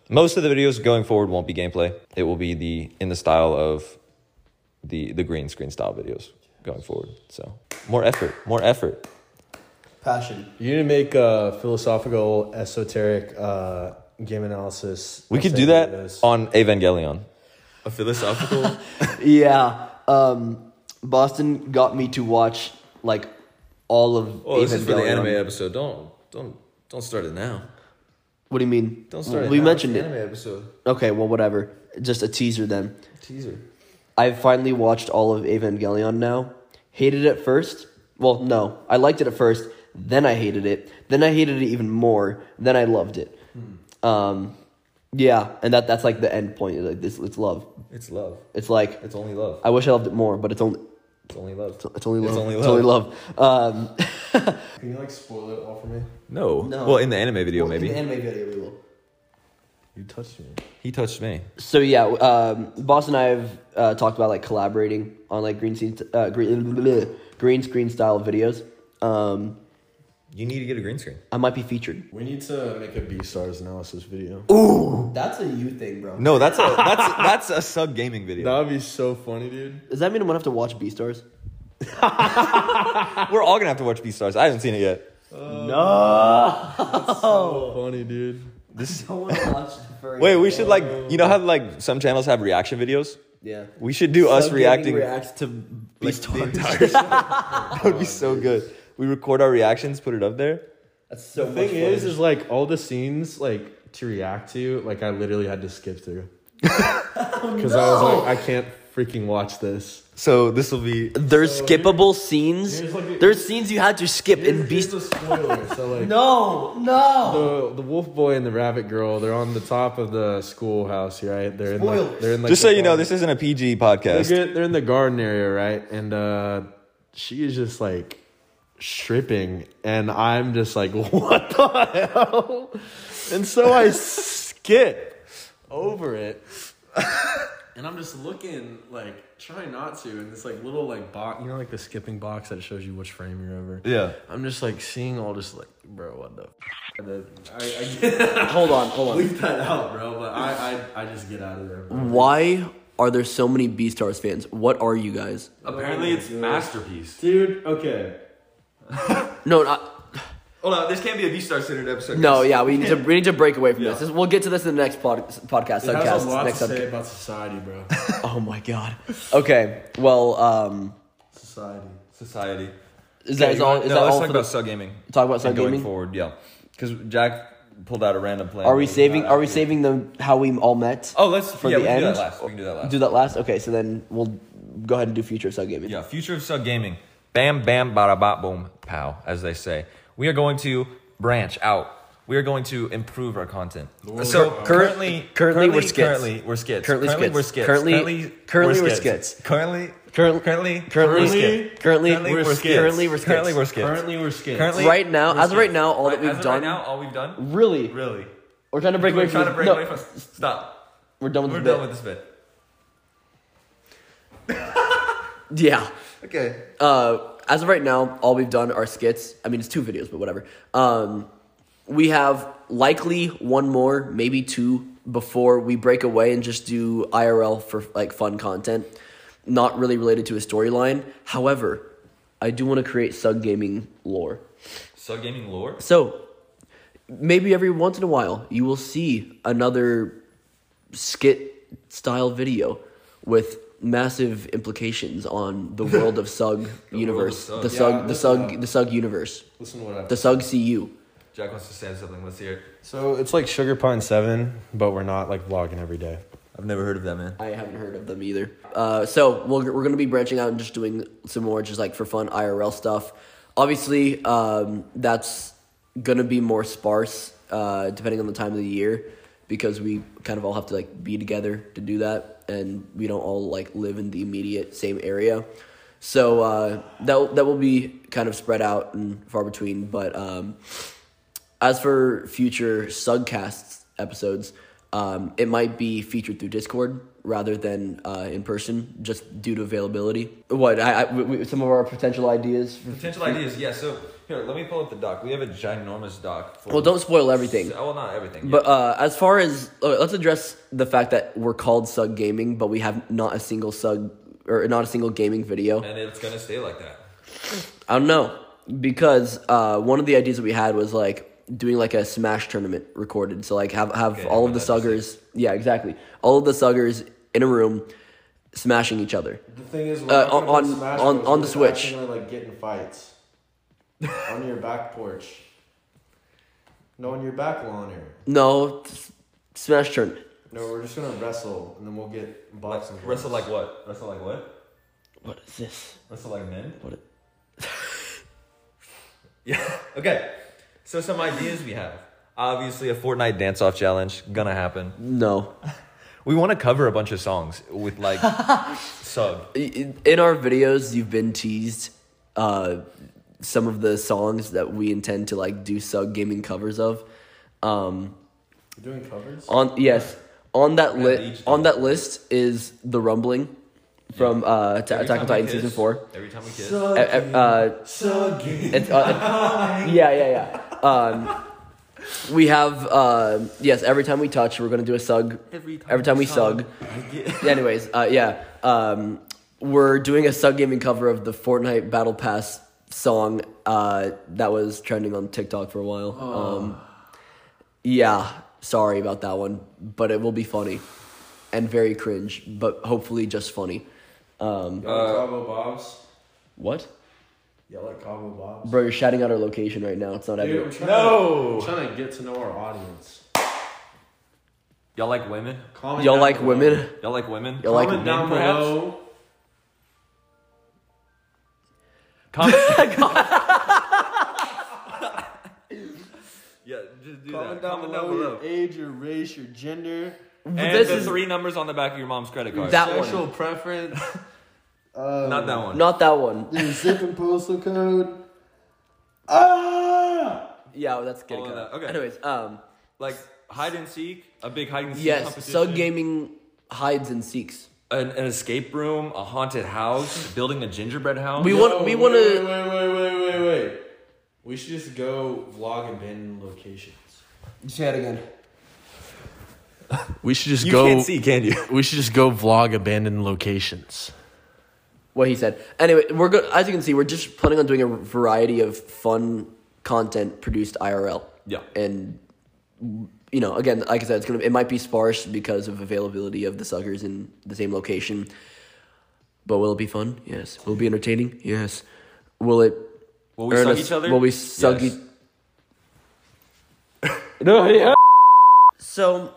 S3: most of the videos going forward won't be gameplay. It will be the in the style of the the green screen style videos going forward. So more effort, more effort.
S1: Passion.
S4: You need to make uh, philosophical, esoteric uh, game analysis.
S3: We could
S4: essay
S3: do that
S4: videos.
S3: on Evangelion. A philosophical.
S1: Yeah. Um, Boston got me to watch like all of.
S3: Oh, this is for the
S1: Evangelion.
S3: anime episode. Don't don't don't start it now.
S1: What do you mean?
S3: Don't start it.
S1: We
S3: now.
S1: mentioned
S3: It's
S1: it.
S3: the Anime episode
S1: Okay, well, whatever. Just a teaser then.
S3: teaser.
S1: I've finally watched all of Evangelion now. Hated it at first. Well, no, I liked it at first. Then I hated it. Then I hated it even more. Then I loved it.
S3: Hmm.
S1: Um, yeah, and that that's like the end point. Like this, it's love.
S3: It's love.
S1: It's like
S3: It's only love.
S1: I wish I loved it more, but it's only
S3: It's only love.
S1: It's only love.
S3: It's only
S1: It's only love. Um,
S4: Can you like spoil it all for me?
S3: No.
S1: No.
S3: Well, in the anime video, maybe.
S1: In the anime video, we will.
S4: You touched me.
S3: he touched me.
S1: So yeah, um, Boss and I have uh, talked about like collaborating on like green scene, uh, green, green screen style videos. Um,
S3: You need to get a green screen.
S1: I might be featured.
S4: We need to make a B stars analysis video.
S1: That's a you thing, bro.
S3: No, that's a that's that's a sub gaming video.
S4: That would be so funny, dude.
S1: Does that mean I'm gonna have to watch B stars?
S3: We're all gonna have to watch Beastars. I haven't seen it yet.
S1: Uh,
S4: So funny, dude.
S1: This I want to watch the furry.
S3: Wait, we should like you know how like some channels have reaction videos.
S1: Yeah.
S3: We should do us
S1: Subgaming
S3: reacting.
S1: reacts to B stars.
S3: that would be so good. We record our reactions, put it up there.
S1: That's so
S4: The
S1: much
S4: thing is,
S1: fun.
S4: is like all the scenes like to react to, like I literally had to skip through. Because I was like, I can't freaking watch this.
S3: So this will be.
S1: there's skippable scenes.
S4: here's, like, a-
S1: there's scenes you had to skip in B.
S4: Here's a spoiler. So like
S1: No, no.
S4: the the wolf boy and the rabbit girl, they're on the top of the schoolhouse, right? They're in like,
S1: Spoilers.
S4: they're in like
S3: Just so
S4: the
S3: you know,
S4: garden.
S3: this isn't a PG
S4: They
S3: podcast.
S4: get- they're in the garden area, right? And uh, she is just like stripping, and I'm just like, what the hell? And so I skip over it, and I'm just looking like trying not to in this like little like box, you know, like the skipping box that shows you which frame you're over.
S3: Yeah.
S4: I'm just like seeing all this like, bro, what the. F-? The- I, I
S1: Hold on, hold on.
S4: leave that out, bro. But I, I, I just get out of there. Bro.
S1: Why are there so many B stars fans? What are you guys?
S2: Apparently, it's masterpiece.
S4: Dude, okay.
S1: No, not.
S2: Hold on, this can't be a V Star Centered episode.
S1: No, yeah, we need to we need to break away from this. This- We'll get to this in the next pod, podcast.
S4: It has
S1: podcast,
S4: a lot
S1: next
S4: to say
S1: subca-
S4: about society, bro.
S1: Oh my god. Okay. Well, um,
S4: society.
S3: Society.
S1: is
S3: Yeah,
S1: that is
S3: you
S1: all?
S3: wanna-
S1: Is
S3: no,
S1: that
S3: let's
S1: all
S3: talk
S1: for
S3: about
S1: the,
S3: sub gaming.
S1: talk about sub
S3: And going
S1: gaming?
S3: forward, yeah. Because Jack pulled out a random plan.
S1: Are we saving? Are we saving the how we all met?
S3: Oh, let's
S1: for
S3: yeah,
S1: the
S3: we can do
S1: end?
S3: that last. We can do that last.
S1: Do that last. Okay, so then we'll go ahead and do future sub gaming.
S3: Yeah, future of sub gaming. Bam, bam, bada, bop, boom, pow, as they say. We are going to branch out. We are going to improve our content. So currently,
S1: currently we're skits.
S3: Currently, we're skits.
S1: Currently skits.
S3: we're skits.
S1: Currently- currently we're skits.
S3: Currently,
S1: Currently-
S3: currently,
S1: Currently,
S3: skits.
S1: currently,
S3: we're
S1: we're
S3: skits.
S1: skits. Currently, we're skits.
S3: Currently, we're skits.
S4: Currently, we're skating.
S3: Currently,
S1: Right now,
S3: we're
S1: as of right
S3: skits.
S1: now, all that
S3: Right-
S1: we've
S3: as of
S1: done.
S3: Right now, all we've done.
S1: Really,
S3: Really,
S1: we're trying to break away
S3: we're
S1: from. this-
S3: trying to break
S1: no,
S3: away from. Stop.
S1: We're done with
S3: We're
S1: this
S3: done
S1: bit.
S3: with this bit.
S1: Yeah.
S3: Okay.
S1: Uh, as of right now, all we've done are skits. I mean, it's two videos, but whatever. Um, we have likely one more, maybe two, before we break away and just do IRL for like fun content, not really related to a storyline. However, I do want to create sub gaming lore.
S3: Sub gaming lore.
S1: So maybe every once in a while you will see another skit style video with massive implications on the world of Sug universe.
S3: Sug.
S1: The
S3: Yeah,
S1: Sug the
S4: listen
S1: Sug
S4: up.
S1: the Sug universe.
S4: Listen to what I.
S1: The Sug CU.
S3: Jack wants to say something. Let's hear it.
S4: So it's like Sugar Pine Seven, but we're not like vlogging every day.
S3: I've never heard of that man.
S1: I haven't heard of them either. Uh, so we'll, we're going to be branching out and just doing some more, just like for fun IRL stuff. Obviously, um, that's going to be more sparse uh, depending on the time of the year because we kind of all have to like be together to do that, and we don't all like live in the immediate same area. So uh, that that will be kind of spread out and far between, but. Um, as for future Sugcasts episodes, um, it might be featured through Discord rather than uh, in person, just due to availability. What I, I w- w- some of our potential ideas. For,
S3: Potential ideas, yeah. So here, let me pull up the doc. We have a ginormous doc. For
S1: well, don't spoil everything.
S3: Oh, well, not everything.
S1: But uh, as far as uh, let's address the fact that we're called Sug Gaming, but we have not a single Sug or not a single gaming video.
S3: yeah. and it's gonna stay like that.
S1: I don't know because uh, one of the ideas that we had was like doing like a smash tournament recorded. So like have have
S3: Okay,
S1: all of the
S3: well, that'd be
S1: suggers. Yeah, exactly. All of the suggers in a room, smashing each other.
S4: The thing is,
S1: Uh, not on- gonna play on- Smash on- Bros. on the We're Switch. actually
S4: like get in fights on your back porch. No, on your back lawn area.
S1: No, s- smash tournament.
S4: No, we're just gonna wrestle, and then we'll get boxing.
S3: Wrestle like what? Wrestle like what?
S1: What is this?
S3: Wrestle like men?
S1: What? Is-
S3: Yeah. okay. So some ideas we have. Obviously, a Fortnite dance-off challenge gonna happen.
S1: no.
S3: We want to cover a bunch of songs with like sub.
S1: In our videos, you've been teased uh, some of the songs that we intend to like do sub gaming covers of. Um,
S5: doing covers?
S1: on yes, on that
S3: each
S1: list
S3: do
S1: on that list is the rumbling from uh, Ta- Attack on Titan
S3: kiss,
S1: season four.
S3: Every time we kiss.
S1: Uh, uh, It's, uh, yeah, yeah, yeah. Um, we have uh, yes. Every time we touch, we're gonna do a sug. Every time, we sug. Anyways, uh, yeah. Um, we're doing a sug gaming cover of the Fortnite Battle Pass song uh, that was trending on TikTok for a while. Um, yeah, sorry about that one, but it will be funny and very cringe, but hopefully just funny. Um,
S5: Cabo Bob's.
S1: what?
S5: Yell at Cabo Bob's.
S1: Bro, you're shouting out our location right now. It's not everywhere.
S5: no. trying to get to know our audience.
S3: Y'all like women?
S5: Comment
S1: Y'all
S5: down
S1: like
S5: below.
S1: women?
S3: Y'all like women?
S1: Y'all like
S5: Comment
S3: men,
S5: down
S3: perhaps?
S5: below.
S3: Comment. yeah, just do that.
S5: Comment down
S3: Comment
S5: below,
S3: down below.
S5: your age, your race, your gender,
S3: And
S1: this
S3: the
S1: is
S3: three numbers on the back of your mom's credit card.
S1: that
S5: sexual
S1: one.
S5: preference, um,
S3: Not that one.
S1: Not that one.
S5: your zip and postal code. Ah!
S1: Yeah, well, that's good.
S3: All of that. Okay.
S1: Anyways, um,
S3: Like hide and seek, a big hide and seek
S1: yes,
S3: competition.
S1: sub gaming hides and seeks.
S3: An, an escape room, a haunted house, building a gingerbread house.
S1: We
S4: Yo,
S1: want. We
S4: wait,
S1: want
S4: Wait,
S1: to.
S4: wait, wait, wait, wait, wait. We should just go vlog abandoned locations.
S1: Say that again.
S4: We should just
S3: you
S4: go.
S3: can't see, can you?
S4: We should just go vlog abandoned locations.
S1: What he said. Anyway, we're good. As you can see, we're just planning on doing a variety of fun content produced IRL.
S3: Yeah.
S1: And you know, again, like I said, it's gonna. It might be sparse because of availability of the suckers in the same location. But will it be fun? Yes. Will it be entertaining? Yes. Will it
S3: Will we
S1: Earn
S3: suck
S1: us-
S3: each other?
S1: Will we e-, suck
S3: Yes.
S1: each? no, yeah. So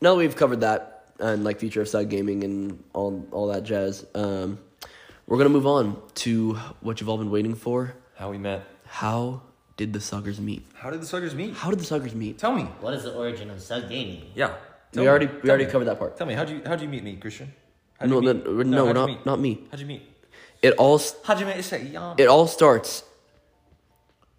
S1: now that we've covered that and like future of side gaming and all all that jazz, um, we're gonna move on to what you've all been waiting for.
S3: How we met?
S1: How did the suckers meet?
S3: How did the suckers meet?
S1: How did the suckers meet?
S3: Tell me.
S6: What is the origin of sub gaming?
S3: Yeah. Tell
S1: we
S3: me.
S1: already we
S3: Tell
S1: already
S3: me.
S1: covered that part.
S3: Tell me, how'd you how'd you meet me, Christian? How'd
S1: No, no,
S3: you meet?
S1: no, no,
S3: how'd you
S1: not
S3: meet?
S1: not me.
S3: How'd you meet?
S1: It all s-
S3: How'd you meet? It's like, yeah.
S1: it all starts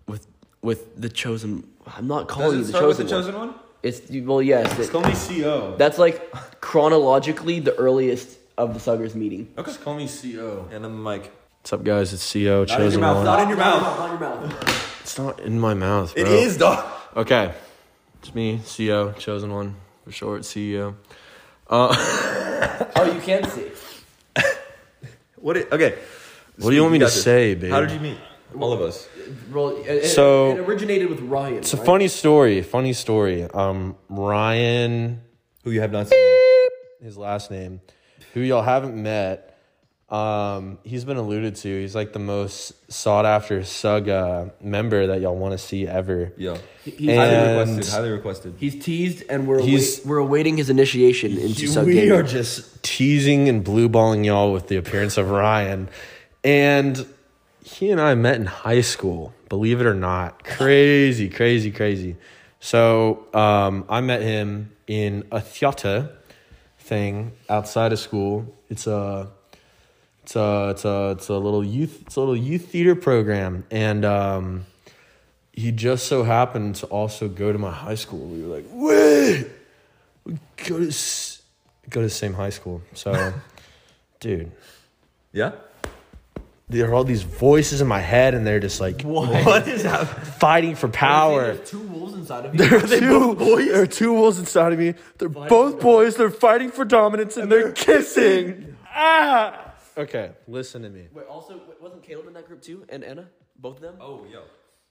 S1: with with the chosen. I'm not calling
S3: Does
S1: you
S3: it
S1: the
S3: start with
S1: chosen,
S3: the chosen one?
S1: one. It's well, yes. It,
S4: Call me CO.
S1: That's like chronologically the earliest of the Suggers meeting.
S3: Okay.
S4: Call me CO.
S3: And I'm like,
S5: What's up, guys? It's CO.
S3: not in your
S5: Chosen
S3: mouth,
S5: one.
S3: not in your mouth.
S5: It's not in my mouth. Bro.
S3: It is, dog.
S5: Okay. It's me, CEO, chosen one for short, E CEO.
S1: Oh, you can see.
S3: What? It, okay.
S5: What do you want me to
S3: Got this.
S5: say, babe?
S3: How did you meet? All of us.
S1: Well, it, it-
S5: So-
S1: it originated with Ryan.
S5: It's a funny story. Funny story. Um, Ryan,
S3: Who you have not seen.
S5: his last name, who y'all haven't met, um, he's been alluded to. He's like the most sought after Suga member that y'all want to see ever.
S3: Yeah.
S1: He's,
S5: And-
S3: Highly requested. Highly requested.
S1: he's teased, and we're
S5: He's-
S1: await- we're awaiting his initiation into
S5: You-
S1: Sug
S5: we
S1: Gaming.
S5: are just teasing and blue balling y'all with the appearance of Ryan. And he and I met in high school, believe it or not. Crazy, crazy, crazy. So um, I met him in a theater thing outside of school. It's a it's a it's a it's a little youth it's a little youth theater program and um he just so happened to also go to my high school. We were like, wait, we go to s- go to the same high school. So, dude,
S3: Yeah.
S5: there are all these voices in my head, and they're just like
S3: What is happening?
S5: fighting for power.
S1: two wolves inside of
S5: There are two There are two wolves inside of me. They're both boys. They're fighting for dominance, and they're kissing. ah. Okay, listen to me.
S1: Wait, also wait, wasn't Caleb in that group too, and Anna, both of them?
S3: Oh, yo.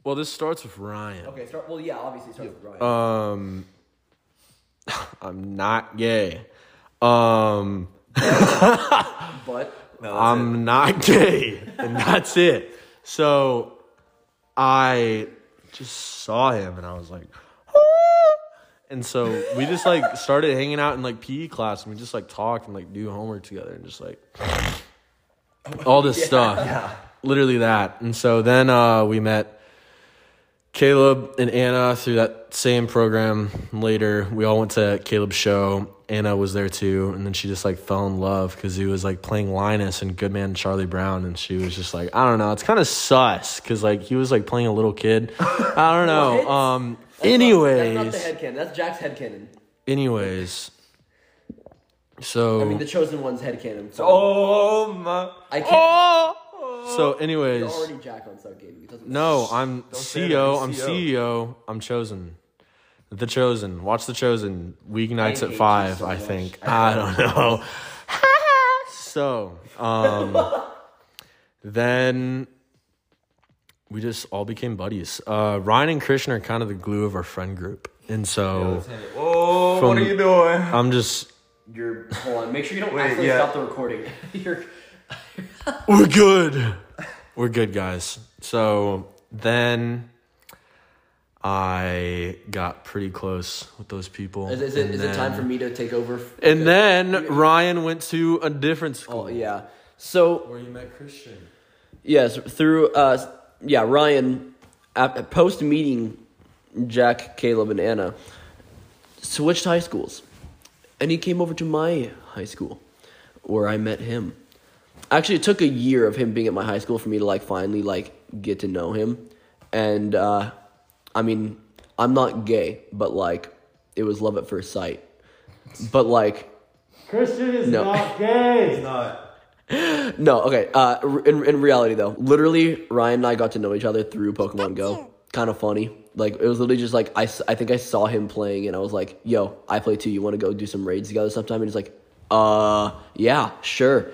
S5: Well, this starts with Ryan.
S1: Okay, start. Well, yeah, obviously start with Ryan.
S5: Um, I'm not gay. Um. Uh,
S1: but
S5: I'm not gay. And that's it. So I just saw him and I was like, "Ah." and so we just like started hanging out in like PE class and we just like talked and like do homework together and just like all this stuff. Literally that. And so then uh, we met Caleb and Anna through that same program later. We all went to Caleb's show Anna was there too, and then she just like fell in love because he was like playing Linus and Goodman and Charlie Brown, and she was just like, I don't know, it's kind of sus because like he was like playing a little kid. I don't know.
S1: What?
S5: um.
S1: That's not the
S5: Anyways,
S1: headcanon. That's Jack's headcanon.
S5: anyways. So
S1: I mean, the chosen one's headcanon. So
S3: Oh my!
S1: I can't.
S5: so anyways.
S1: It's already Jack on Subgame. It doesn't-
S5: Oh. No, I'm
S3: say that,
S5: CEO.
S3: I'm
S5: I'm
S3: CEO.
S5: CEO. I'm chosen. The Chosen. Watch The Chosen. Weeknights
S7: I hate
S5: at
S7: you
S5: five.
S7: so
S5: I
S7: much.
S5: think. I don't know. so, um, then we just all became buddies. Uh, Ryan and Krishna are kind of the glue of our friend group, and so
S3: Oh,
S5: From-
S3: what are you doing?
S5: I'm just
S1: You're hold on. Make sure you don't accidentally
S3: yeah.
S1: stop the recording. You're
S5: We're good. We're good, guys. So then I got pretty close with those people.
S1: Is, is, it,
S5: and
S1: is it time
S5: then-
S1: for me to take over?
S5: And then Ryan went to a different school.
S1: oh, yeah. So
S8: Where you met Christian.
S1: yes, through uh, yeah, Ryan, at, post meeting Jack, Caleb, and Anna, switched high schools, and he came over to my high school, where I met him. Actually, it took a year of him being at my high school for me to like finally like get to know him, and uh, I mean, I'm not gay, but like, it was love at first sight. But like,
S4: Christian is
S1: No.
S4: not gay.
S8: Not.
S1: No, okay. Uh, r- in in reality though, literally Ryan and I got to know each other through Pokemon Go. Kind of funny. Like it was literally just like I, s- I think I saw him playing and I was like, "Yo, I play too. You want to go do some raids together sometime?" And he's like, "Uh, yeah, sure."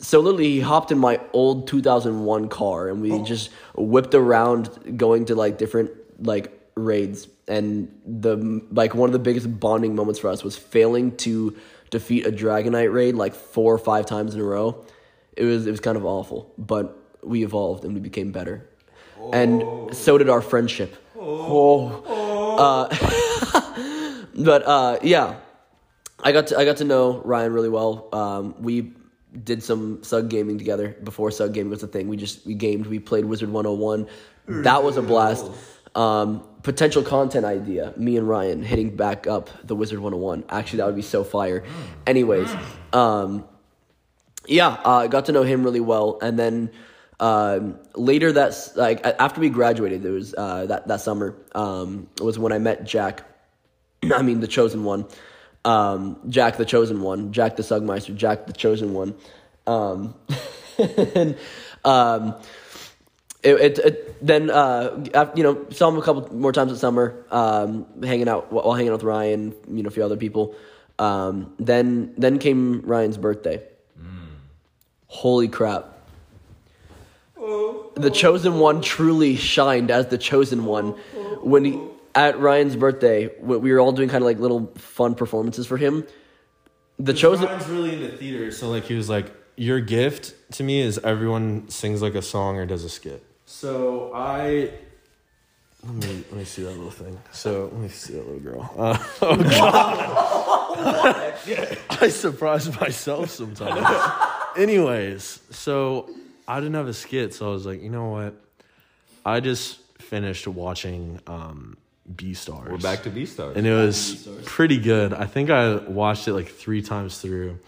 S1: So literally, he hopped in my old 2001 car and we just whipped around going to like different like raids and the like one of the biggest bonding moments for us was failing to defeat a Dragonite raid like four or five times in a row it was it was kind of awful, but we evolved and we became better, and so did our friendship. Oh. Uh, but uh, yeah, I got to, I got to know Ryan really well. Um, we did some sug gaming together before sug gaming was a thing. We just we gamed. We played Wizard 101. That was a blast. Um, potential content idea: me and Ryan hitting back up the Wizard 101. Actually, that would be so fire. Anyways, um, yeah, uh, I got to know him really well, and then um, later that's like a- after we graduated, it was uh, that that summer um, was when I met Jack. I mean, the chosen one, um, Jack the chosen one, Jack the Sugmeister, Jack the chosen one, um, and um, it, it, it then uh, af- you know saw him a couple more times at summer, um, hanging out while hanging out with Ryan, you know, a few other people. Um, then then came Ryan's birthday. Hmm. Holy crap. The chosen one truly shined as the chosen one when he, at Ryan's birthday, when we were all doing kind of like little fun performances for him. The chosen
S8: Ryan's really into theater, so
S5: So like he was like, your gift to me is everyone sings like a song or does a skit.
S8: so I
S5: Let me, let me see that little thing. So let me see that little girl. Uh, oh, I surprise myself sometimes. Anyways, so I didn't have a skit, so I was like, you know what? I just finished watching um, B Stars.
S3: We're back to B stars.
S5: and it was pretty good. I think I watched it like three times through.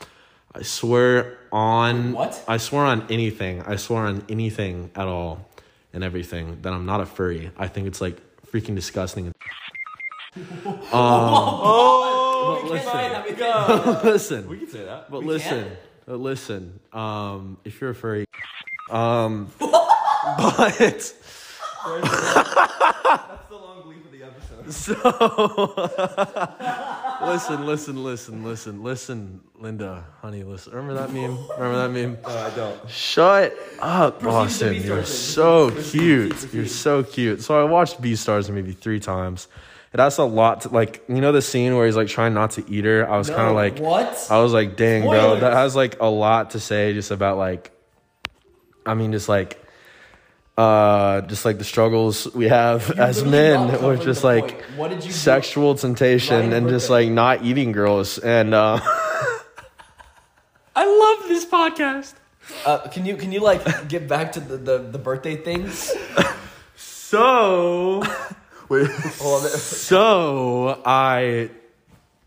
S5: I swear on
S1: What?
S5: I swear on anything. I swear on anything at all and everything that I'm not a furry. I think it's like freaking disgusting.
S3: oh,
S5: But listen,
S3: my God.
S5: listen.
S3: we can say that.
S5: But listen, but listen. Um, if you're a furry, um, but
S3: That's the long bleep of the episode.
S5: so listen, listen, listen, listen, listen, Linda, honey, listen. Remember that meme? Remember that meme?
S3: I don't.
S5: Shut up, Austin. You're so cute. You're so cute. So I watched B Stars maybe three times. It has a lot to like you know the scene where he's like trying not to eat her? I was kinda like
S1: what?
S5: I was like, dang, bro,
S8: Spoilers.
S5: that has like a lot to say just about like I mean just like uh just like the struggles we have as men with just like
S1: what did you
S5: sexual temptation and just like not eating girls and uh
S1: I love this podcast. Uh, can you can you like get back to the, the, the birthday things?
S5: so
S1: Hold on.
S5: So I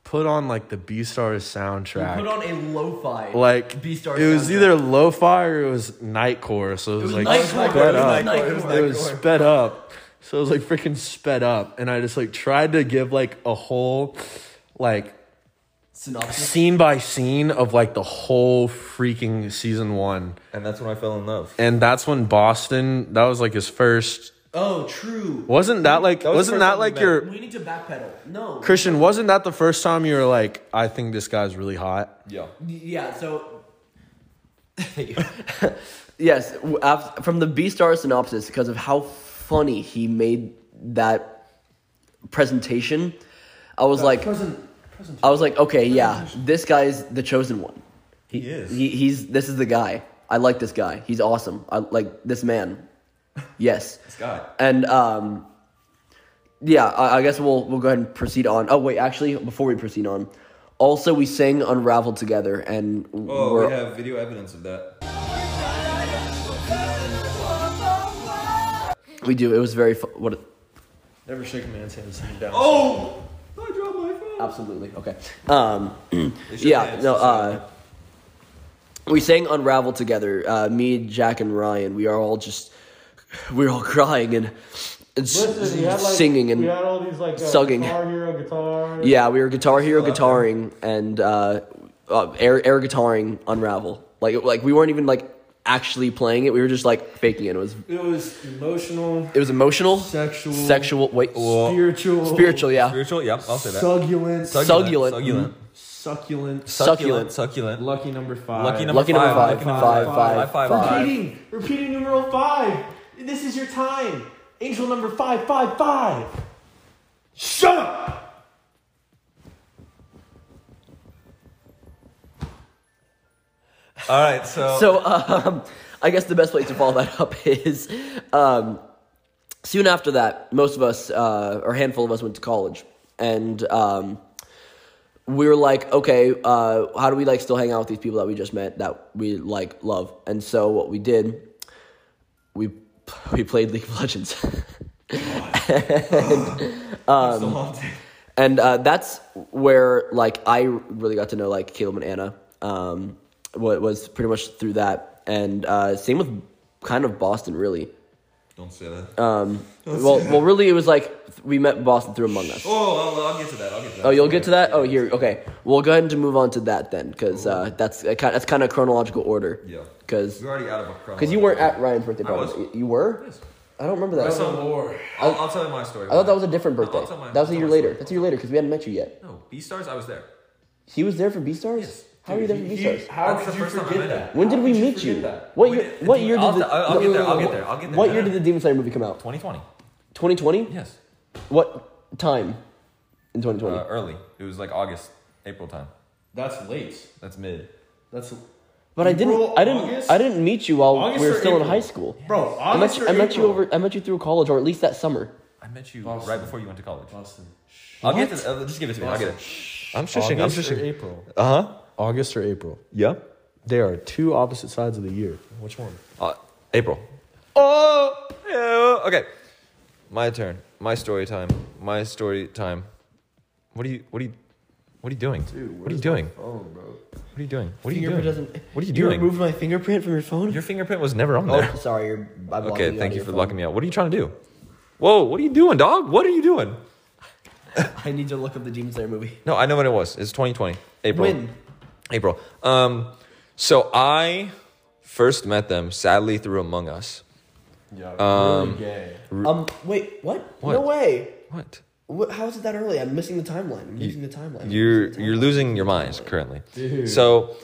S5: put on like the B Stars soundtrack.
S1: Put on a lo-fi.
S5: like
S1: B-Star
S5: It was
S1: soundtrack.
S5: either lo-fi or it was nightcore. So it was, like
S1: nightcore, it
S5: sped
S1: was
S5: up.
S1: nightcore, it
S5: It
S1: was
S5: was,
S1: nightcore.
S5: sped up. So it was like freaking sped up, and I just like tried to give like a whole like
S1: synopsis.
S5: scene by scene of like the whole freaking season one,
S3: And that's when I fell in love.
S5: and that's when Boston. That was like his first.
S1: Oh, true.
S5: Wasn't that like?
S3: That was the
S5: was
S3: first time
S5: not that
S3: we
S5: like
S3: met.
S5: your
S1: We need to backpedal. No.
S5: Christian? Wasn't that the first time you were like, I think this guy's really hot?
S3: Yeah.
S1: Yeah. So. yes, w- af- from the B Star synopsis, because of how funny he made that presentation, I was like, I was like, okay, yeah, this guy's the chosen one. He,
S3: is.
S1: He, he's this is the guy. I like this guy. He's awesome. I like this man. Yes. this
S3: guy.
S1: And um, yeah, I, I guess we'll we'll go ahead and proceed on. Oh wait, actually, before we proceed on, also we sang Unraveled together, and
S3: Oh,
S1: we're,
S3: we have video evidence of that.
S1: we do. It was very fu- what.
S5: Never shake a man's hand sitting down.
S3: Oh! I dropped my phone.
S1: Absolutely. Okay. Um, yeah. No. Uh, we sang "Unravel" together. Uh, me, Jack, and Ryan. We are all just we are all crying and, and s-
S9: Listen, you had like
S1: singing and
S9: we had all these like uh,
S1: sucking.
S9: Guitar Hero guitars.
S1: yeah, we were Guitar Hero guitaring and uh, uh, air air guitaring "Unravel." Like like we weren't even like actually playing it. We were just like faking it. It was
S4: It was emotional,
S1: it was emotional,
S4: Sexual. Oh,
S1: sexual. Wait,
S4: spiritual,
S1: spiritual. Yeah,
S3: Spiritual? Yep, I'll say that.
S1: Succulent.
S4: succulent,
S3: Succulent.
S5: Mm-hmm.
S1: Succulent.
S4: succulent.
S3: Succulent. Succulent.
S4: Lucky number five.
S3: Lucky number
S1: Lucky number
S3: five.
S1: five. Five,
S3: Five, five, five.
S4: Repeating, repeating numeral five. This is your time. Angel number five, five, five. Shut up.
S3: All right, so,
S1: So um, I guess the best place to follow that up is um, soon after that, most of us, uh, or a handful of us, went to college, and um, we were like, okay, uh, how do we like still hang out with these people that we just met that we like love? And so what we did, we we played League of Legends. and uh, that's where like I really got to know like Caleb and Anna. Um, what was pretty much through that, and uh, same with kind of Boston really.
S3: don't say that.
S1: Uh, Well, well, really, it was like we met Boston through Among Us.
S3: oh, I'll, I'll get to that. I'll get to that.
S1: Oh, you'll get to that. Oh, here, okay. We'll go ahead and move on to that then, because uh, that's uh, ki- that's kind of chronological order.
S3: Yeah.
S1: Because
S3: We're already out of a chronology.
S1: because you weren't at Ryan's birthday
S3: I was.
S1: party. You were. I don't remember that.
S3: I saw-
S4: Lord.
S3: I'll, I'll tell you my story.
S1: I thought that was a different birthday.
S3: tell my-
S1: That was a
S3: I'll
S1: year
S3: tell my
S1: later. That's a year later because we hadn't met you yet.
S3: No, B stars. I was there.
S1: He was there for B Stars. How were you there for B
S4: He,
S1: Stars?
S4: how
S3: That's
S4: could
S3: the
S4: you
S3: first time I
S4: forget
S3: met him.
S4: that?
S1: When did
S4: How
S1: we
S4: could you
S1: meet you?
S4: forget that?
S1: What
S3: We
S1: year?
S3: didn't-
S1: What
S3: dude,
S1: year did
S3: I'll-
S1: the?
S3: I'll-
S1: no,
S3: I'll get
S1: wait,
S3: there,
S1: wait,
S3: I'll
S1: wait,
S3: get there, I'll get there.
S1: What year
S3: No, no,
S1: did the Demon Slayer movie come out?
S3: 2020.
S1: 2020.
S3: Yes.
S1: What time? In 2020.
S3: Uh, early. It was like August, April time.
S4: That's late.
S3: That's mid.
S4: That's
S1: but I didn't.
S4: April,
S1: I didn't.
S4: August?
S1: I didn't meet you while
S4: August
S1: we were
S4: or
S1: still in
S4: April?
S1: high school.
S4: bro.
S1: I met,
S4: August
S1: you,
S4: or
S1: I met you
S4: April?
S1: over. I met you through college, or at least that summer.
S3: I met you
S4: Boston.
S3: right before you went to college.
S4: Boston.
S3: I'll get to. Uh, just give it to me. I'll get it. I'm shushing. I'm
S5: August or
S3: shushing.
S5: April.
S3: Uh huh.
S5: August or April.
S3: Yep.
S5: They are two opposite sides of the year. Which one?
S3: Uh, April. Oh. yeah, Okay. My turn. My story time. My story time. What are you? What are you? What are you doing? what are you doing?
S4: Oh, bro.
S3: What are you doing? What are you
S1: Fingerprint
S3: doing?
S1: doesn't-
S3: What are you doing?
S1: my fingerprint from your phone.
S3: Your fingerprint was never on there.
S1: Oh, sorry. You're, I blocked
S3: Okay, thank
S1: out
S3: you
S1: of
S3: for
S1: your
S3: locking me out. What are you trying to do? Whoa, what are you doing, dog? What are you doing?
S1: phone. I need to look up the Demon Slayer movie.
S3: No, I know what it was. It's 2020. April.
S1: When?
S3: April. Um, so I first met them, sadly, through Among Us.
S4: Yeah.
S3: Um,
S4: really gay.
S1: Um. Wait. What?
S3: What?
S1: No way.
S3: What?
S1: What, how is it that early? I'm missing the timeline. I'm losing the timeline.
S3: You're you're losing your minds currently. So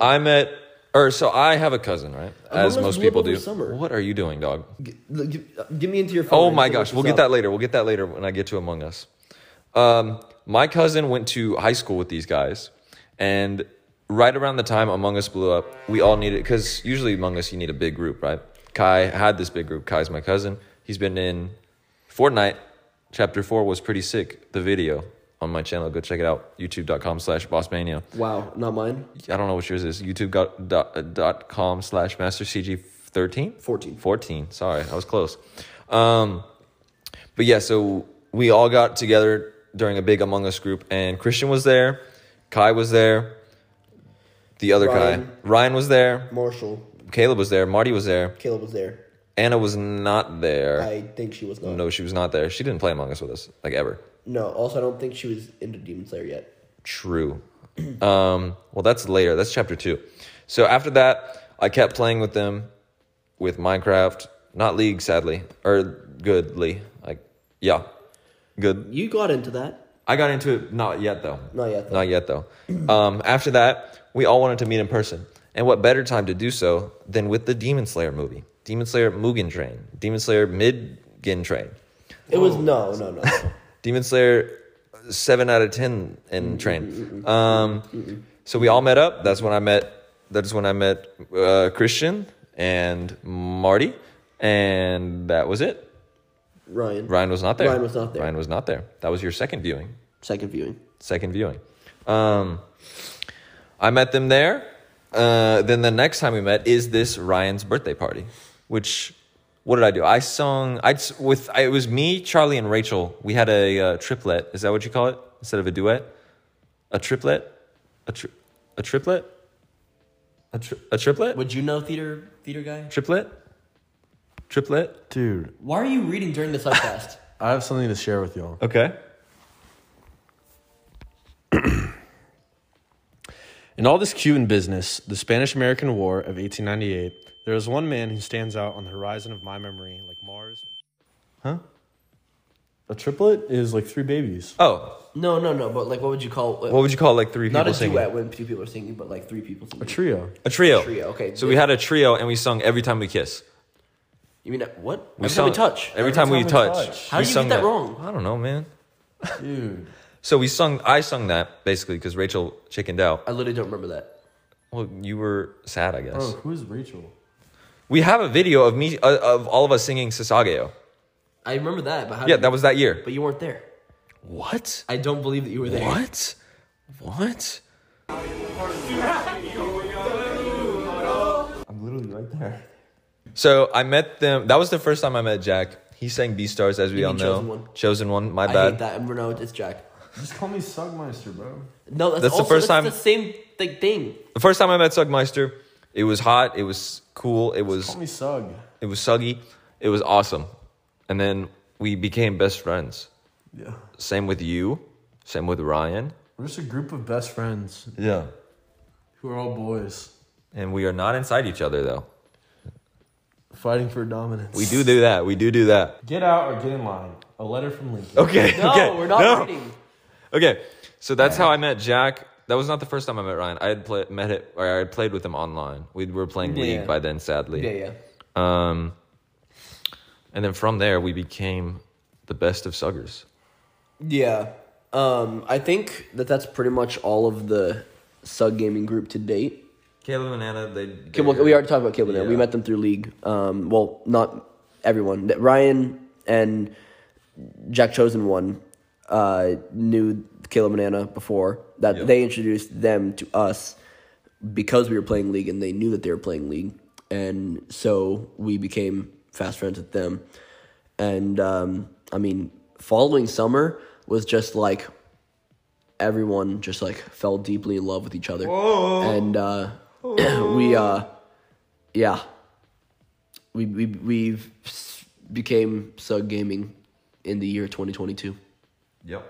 S3: I met or so I have a cousin, right? As
S1: Us
S3: most
S1: blew up
S3: people
S1: over
S3: do.
S1: summer.
S3: What are you doing, dog?
S1: G- look, g- uh, give me into your phone.
S3: Oh
S1: I need
S3: my
S1: to
S3: gosh,
S1: look
S3: we'll
S1: this
S3: get that
S1: up.
S3: later. We'll get that later when I get to Among Us. Um, my cousin went to high school with these guys, and right around the time Among Us blew up, we all needed because usually Among Us you need a big group, right? Kai had this big group. Kai's my cousin. He's been in Fortnite. Chapter four was pretty sick. The video on my channel, go check it out. YouTube.com/slash Bossmania.
S1: Wow, not mine.
S3: I don't know what yours is. YouTube.com uh, slash mastercg13?
S1: 14.
S3: 14. Sorry, I was close. Um, but yeah, so we all got together during a big Among Us group, and Christian was there, Kai was there, the other Kai,
S10: Ryan.
S3: Ryan was there,
S10: Marshall,
S3: Caleb was there, Marty was there,
S10: Caleb was there.
S3: Anna was not there.
S10: I think she was not.
S3: no, she was not there. She didn't play Among Us with us, like ever.
S10: No, also I don't think she was into Demon Slayer yet.
S3: True. um, well, that's later. That's chapter two. So after that, I kept playing with them with Minecraft. Not League, sadly, or goodly. Like, yeah, good.
S10: You got into that.
S3: I got into it. Not yet, though.
S10: Not yet, though.
S3: Not yet, though. um, after that, we all wanted to meet in person, and what better time to do so than with the Demon Slayer movie, Demon Slayer Mugen Train, Demon Slayer Midgen Train,
S10: It
S3: Oh.
S10: was no, no, no. no.
S3: Demon Slayer seven out of ten
S10: Mm-hmm.
S3: in train. Um, so we all met up. That's when I met. That's when I met uh, Christian and Marty, and that was it.
S10: Ryan.
S3: Ryan was not there.
S10: Ryan was not there.
S3: Ryan was not there. That was your second viewing.
S10: Second viewing.
S3: Second viewing. Um, I met them there. Uh, then the next time we met is this Ryan's birthday party, which what did I do? I sung. I s- with I, it was me, Charlie, and Rachel. We had a uh, triplet. Is that what you call it instead of a duet? A triplet, a tri- a triplet, a, tri- a triplet,
S1: Would you know theater theater guy?
S3: triplet, triplet.
S4: Dude,
S1: Why are you reading during this podcast?
S4: I have something to share with y'all.
S3: Okay.
S4: In all this Cuban business, the Spanish American War of 1898, there is one man who stands out on the horizon of my memory like Mars. Huh? A triplet is like three babies.
S3: Oh,
S1: no, no, no. But like, what would you call? uh,
S3: what would you call like three
S1: not
S3: people
S1: a
S3: singing?
S1: duet when two people are singing, but like three people
S4: A
S1: singing.
S4: trio.
S3: A trio.
S1: Trio, okay.
S3: So we had a trio and we sung every time we kiss.
S1: You mean that- what?
S3: We
S1: Every
S3: sung,
S1: time we touch.
S3: Every, time, we, touch.
S1: How
S3: we
S1: did you
S3: sung
S1: get that wrong?
S3: I don't know, man.
S4: Dude.
S3: So we sung. I sung that basically because Rachel chickened out.
S1: I literally don't remember that.
S3: Well, you were sad, I guess.
S4: Bro,
S1: Oh.
S4: who is Rachel?
S3: We have a video of me uh, of all of us singing Sasageo.
S1: I remember that, but how
S3: Yeah,
S1: did-
S3: that was that year.
S1: But you weren't there.
S3: What?
S1: I don't believe that you were there.
S3: What? What?
S2: I'm literally right there.
S3: So I met them. That was the first time I met Jack. He sang B Stars, as we
S1: You
S3: all
S1: mean
S3: know.
S1: Chosen One.
S3: Chosen one. My
S1: I
S3: bad.
S1: hate that. No, it's Jack.
S4: Just call me Sugmeister, bro.
S1: No, that's,
S3: That's the
S1: also,
S3: first
S1: that's
S3: time-
S1: The same like, thing.
S3: The first time I met Sugmeister, it was hot. It was cool. It was
S4: Call me Sug.
S3: It was soggy. It was awesome. And then we became best friends.
S4: Yeah.
S3: Same with you. Same with Ryan.
S4: We're just a group of best friends
S3: Yeah.
S4: who are all boys
S3: And we are not inside each other though.
S4: fighting for dominance.
S3: We do do that. We do do that.
S4: Get out or get in line. A letter from Lincoln.
S3: Okay.
S1: No,
S3: okay.
S1: we're not
S3: no.
S1: reading.
S3: Okay. So that's how I met Jack. That was not the first time I met Ryan. I had play, met it or I had played with him online. We were playing
S1: Yeah.
S3: League by then, sadly.
S1: Yeah, yeah.
S3: Um, and then from there we became the best of suggers.
S1: Yeah. Um, I think that that's pretty much all of the sub gaming group to date.
S3: Caleb and Anna, they,
S1: Kim, well, we already talked about Kim and Anna. We
S3: Yeah.
S1: met them through League. Um, well, not everyone. That Ryan and Jack Chosen One uh, knew Caleb and Anna before. That
S3: Yep.
S1: they introduced them to us because we were playing League, and they knew that they were playing League, and so we became fast friends with them. And um, I mean, following summer was just like everyone just like fell deeply in love with each other. And uh, we, uh, yeah, we we we became Sug Gaming in the year 2022,
S3: Yep.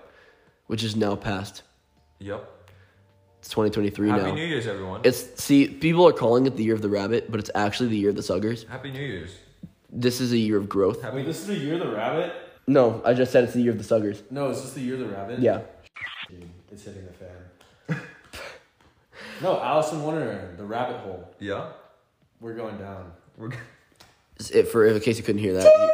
S1: which is now past.
S3: Yep.
S1: It's 2023
S3: Happy
S1: now.
S3: New Year's, everyone.
S1: It's see, people are calling it the year of the rabbit, but it's actually the year of the Suggers.
S3: Happy New Year's.
S1: This is a year of growth.
S4: Wait, this is the year of the rabbit?
S1: No, I just said it's the year of the Suggers.
S4: No, is this the year of the rabbit?
S1: Yeah.
S4: Dude, it's hitting the fan. no, Alice in Wonderland, the rabbit hole.
S3: Yeah.
S4: We're going down.
S3: We're g-
S1: It's it for in case you couldn't hear that.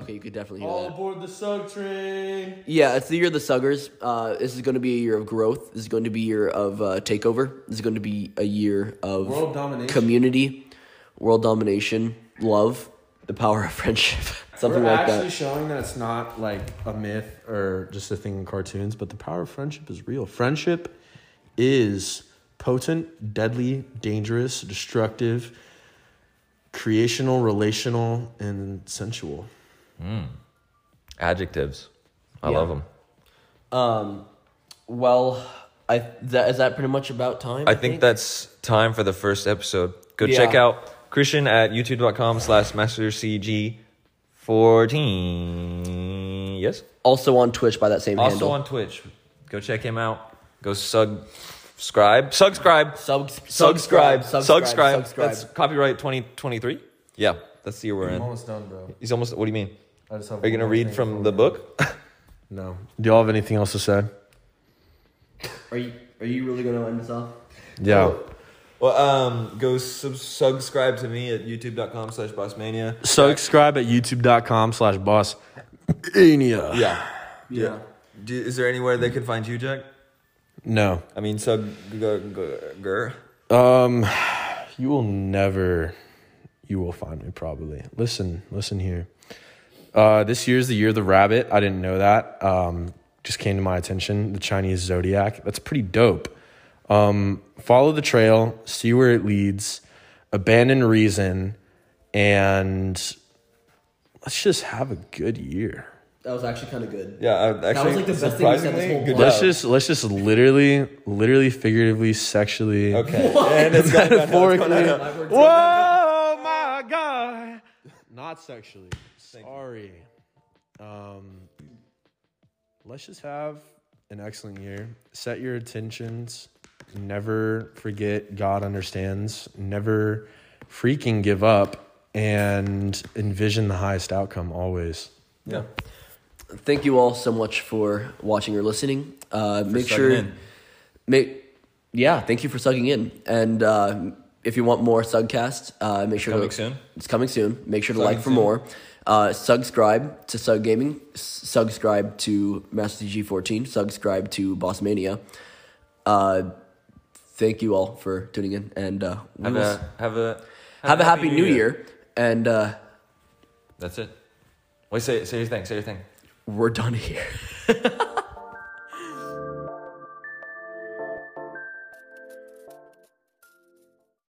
S1: Okay, you could definitely hear
S4: All
S1: that.
S4: aboard the sub train.
S1: Yeah, it's the year of the Suggers. Uh, this is going to be a year of growth. This is going to be a year of uh, takeover. This is going to be a year of
S4: World domination.
S1: community, world domination, love, the power of friendship, something
S4: We're
S1: like
S4: actually
S1: that.
S4: showing that it's not like a myth or just a thing in cartoons, but the power of friendship is real. Friendship is potent, deadly, dangerous, destructive, creational, relational, and sensual.
S3: Adjectives. I
S1: Yeah.
S3: love 'em. love them.
S1: Um, well, I that is that pretty much about time.
S3: I think that's time for the first episode. Go check
S1: Yeah.
S3: out Christian at youtube.com slash mastercg14. Yes?
S1: also on Twitch by that same
S3: Also
S1: handle.
S3: on Twitch. Go check him out. Go subscribe. Subscribe.
S1: Sub- subscribe,
S3: Subscribe. Subscribe.
S1: subscribe.
S3: That's copyright 2023? Yeah, that's the year we're
S11: I'm
S3: in.
S11: almost done, bro.
S3: He's almost, what do you mean?
S11: I just have
S3: Are you going to
S11: one more
S3: read
S11: thing
S3: from
S11: for
S3: the
S11: me.
S3: book?
S5: No. Do y'all have anything else to say?
S12: Are you are you really gonna end this off?
S5: Yeah.
S3: Well, um, go sub- subscribe to me at youtube.com slash bossmania.
S5: Subscribe at youtube.com slash boss. Yeah.
S3: Yeah. Yeah. Do, is there anywhere they could find you, Jack?
S5: No.
S3: I mean, sub. G- g- g- gr.
S5: Um, you will never, you will find me probably. Listen, listen here. Uh, this year's the year of the rabbit. I didn't know that. Um, just came to my attention. The Chinese zodiac. That's pretty dope. Um, follow the trail, see where it leads, abandon reason, and let's just have a good year.
S12: That was actually kind of good.
S3: Yeah, I, actually,
S12: like, the best thing you said this
S3: surprisingly,
S12: whole
S3: good
S12: podcast.
S5: Let's
S3: job.
S5: just let's just literally, literally, figuratively, sexually,
S3: okay. And it's gone down, now, it's gone down.
S5: metaphorically. Whoa, my God. Not sexually. Sorry. Um, let's just have an excellent year. Set your attentions. Never forget God understands. Never freaking give up and envision the highest outcome always.
S1: Thank you all so much for watching or listening. Uh, make sure,
S3: sucking in.
S1: make yeah. Thank you for sucking in. And uh, if you want more Sugcast, uh, make sure
S3: coming
S1: to,
S3: soon.
S1: It's coming soon. Make sure to
S3: Coming
S1: like for
S3: soon.
S1: more. Uh, subscribe to Sug Gaming. s- Subscribe to Master G fourteen. Subscribe to Boss Mania. Uh, thank you all for tuning in, and uh, we
S3: Have
S1: will
S3: a
S1: s-
S3: have a
S1: have a happy New Year. And uh,
S3: That's it. Wait, say say your thing. Say your thing.
S1: we're done here.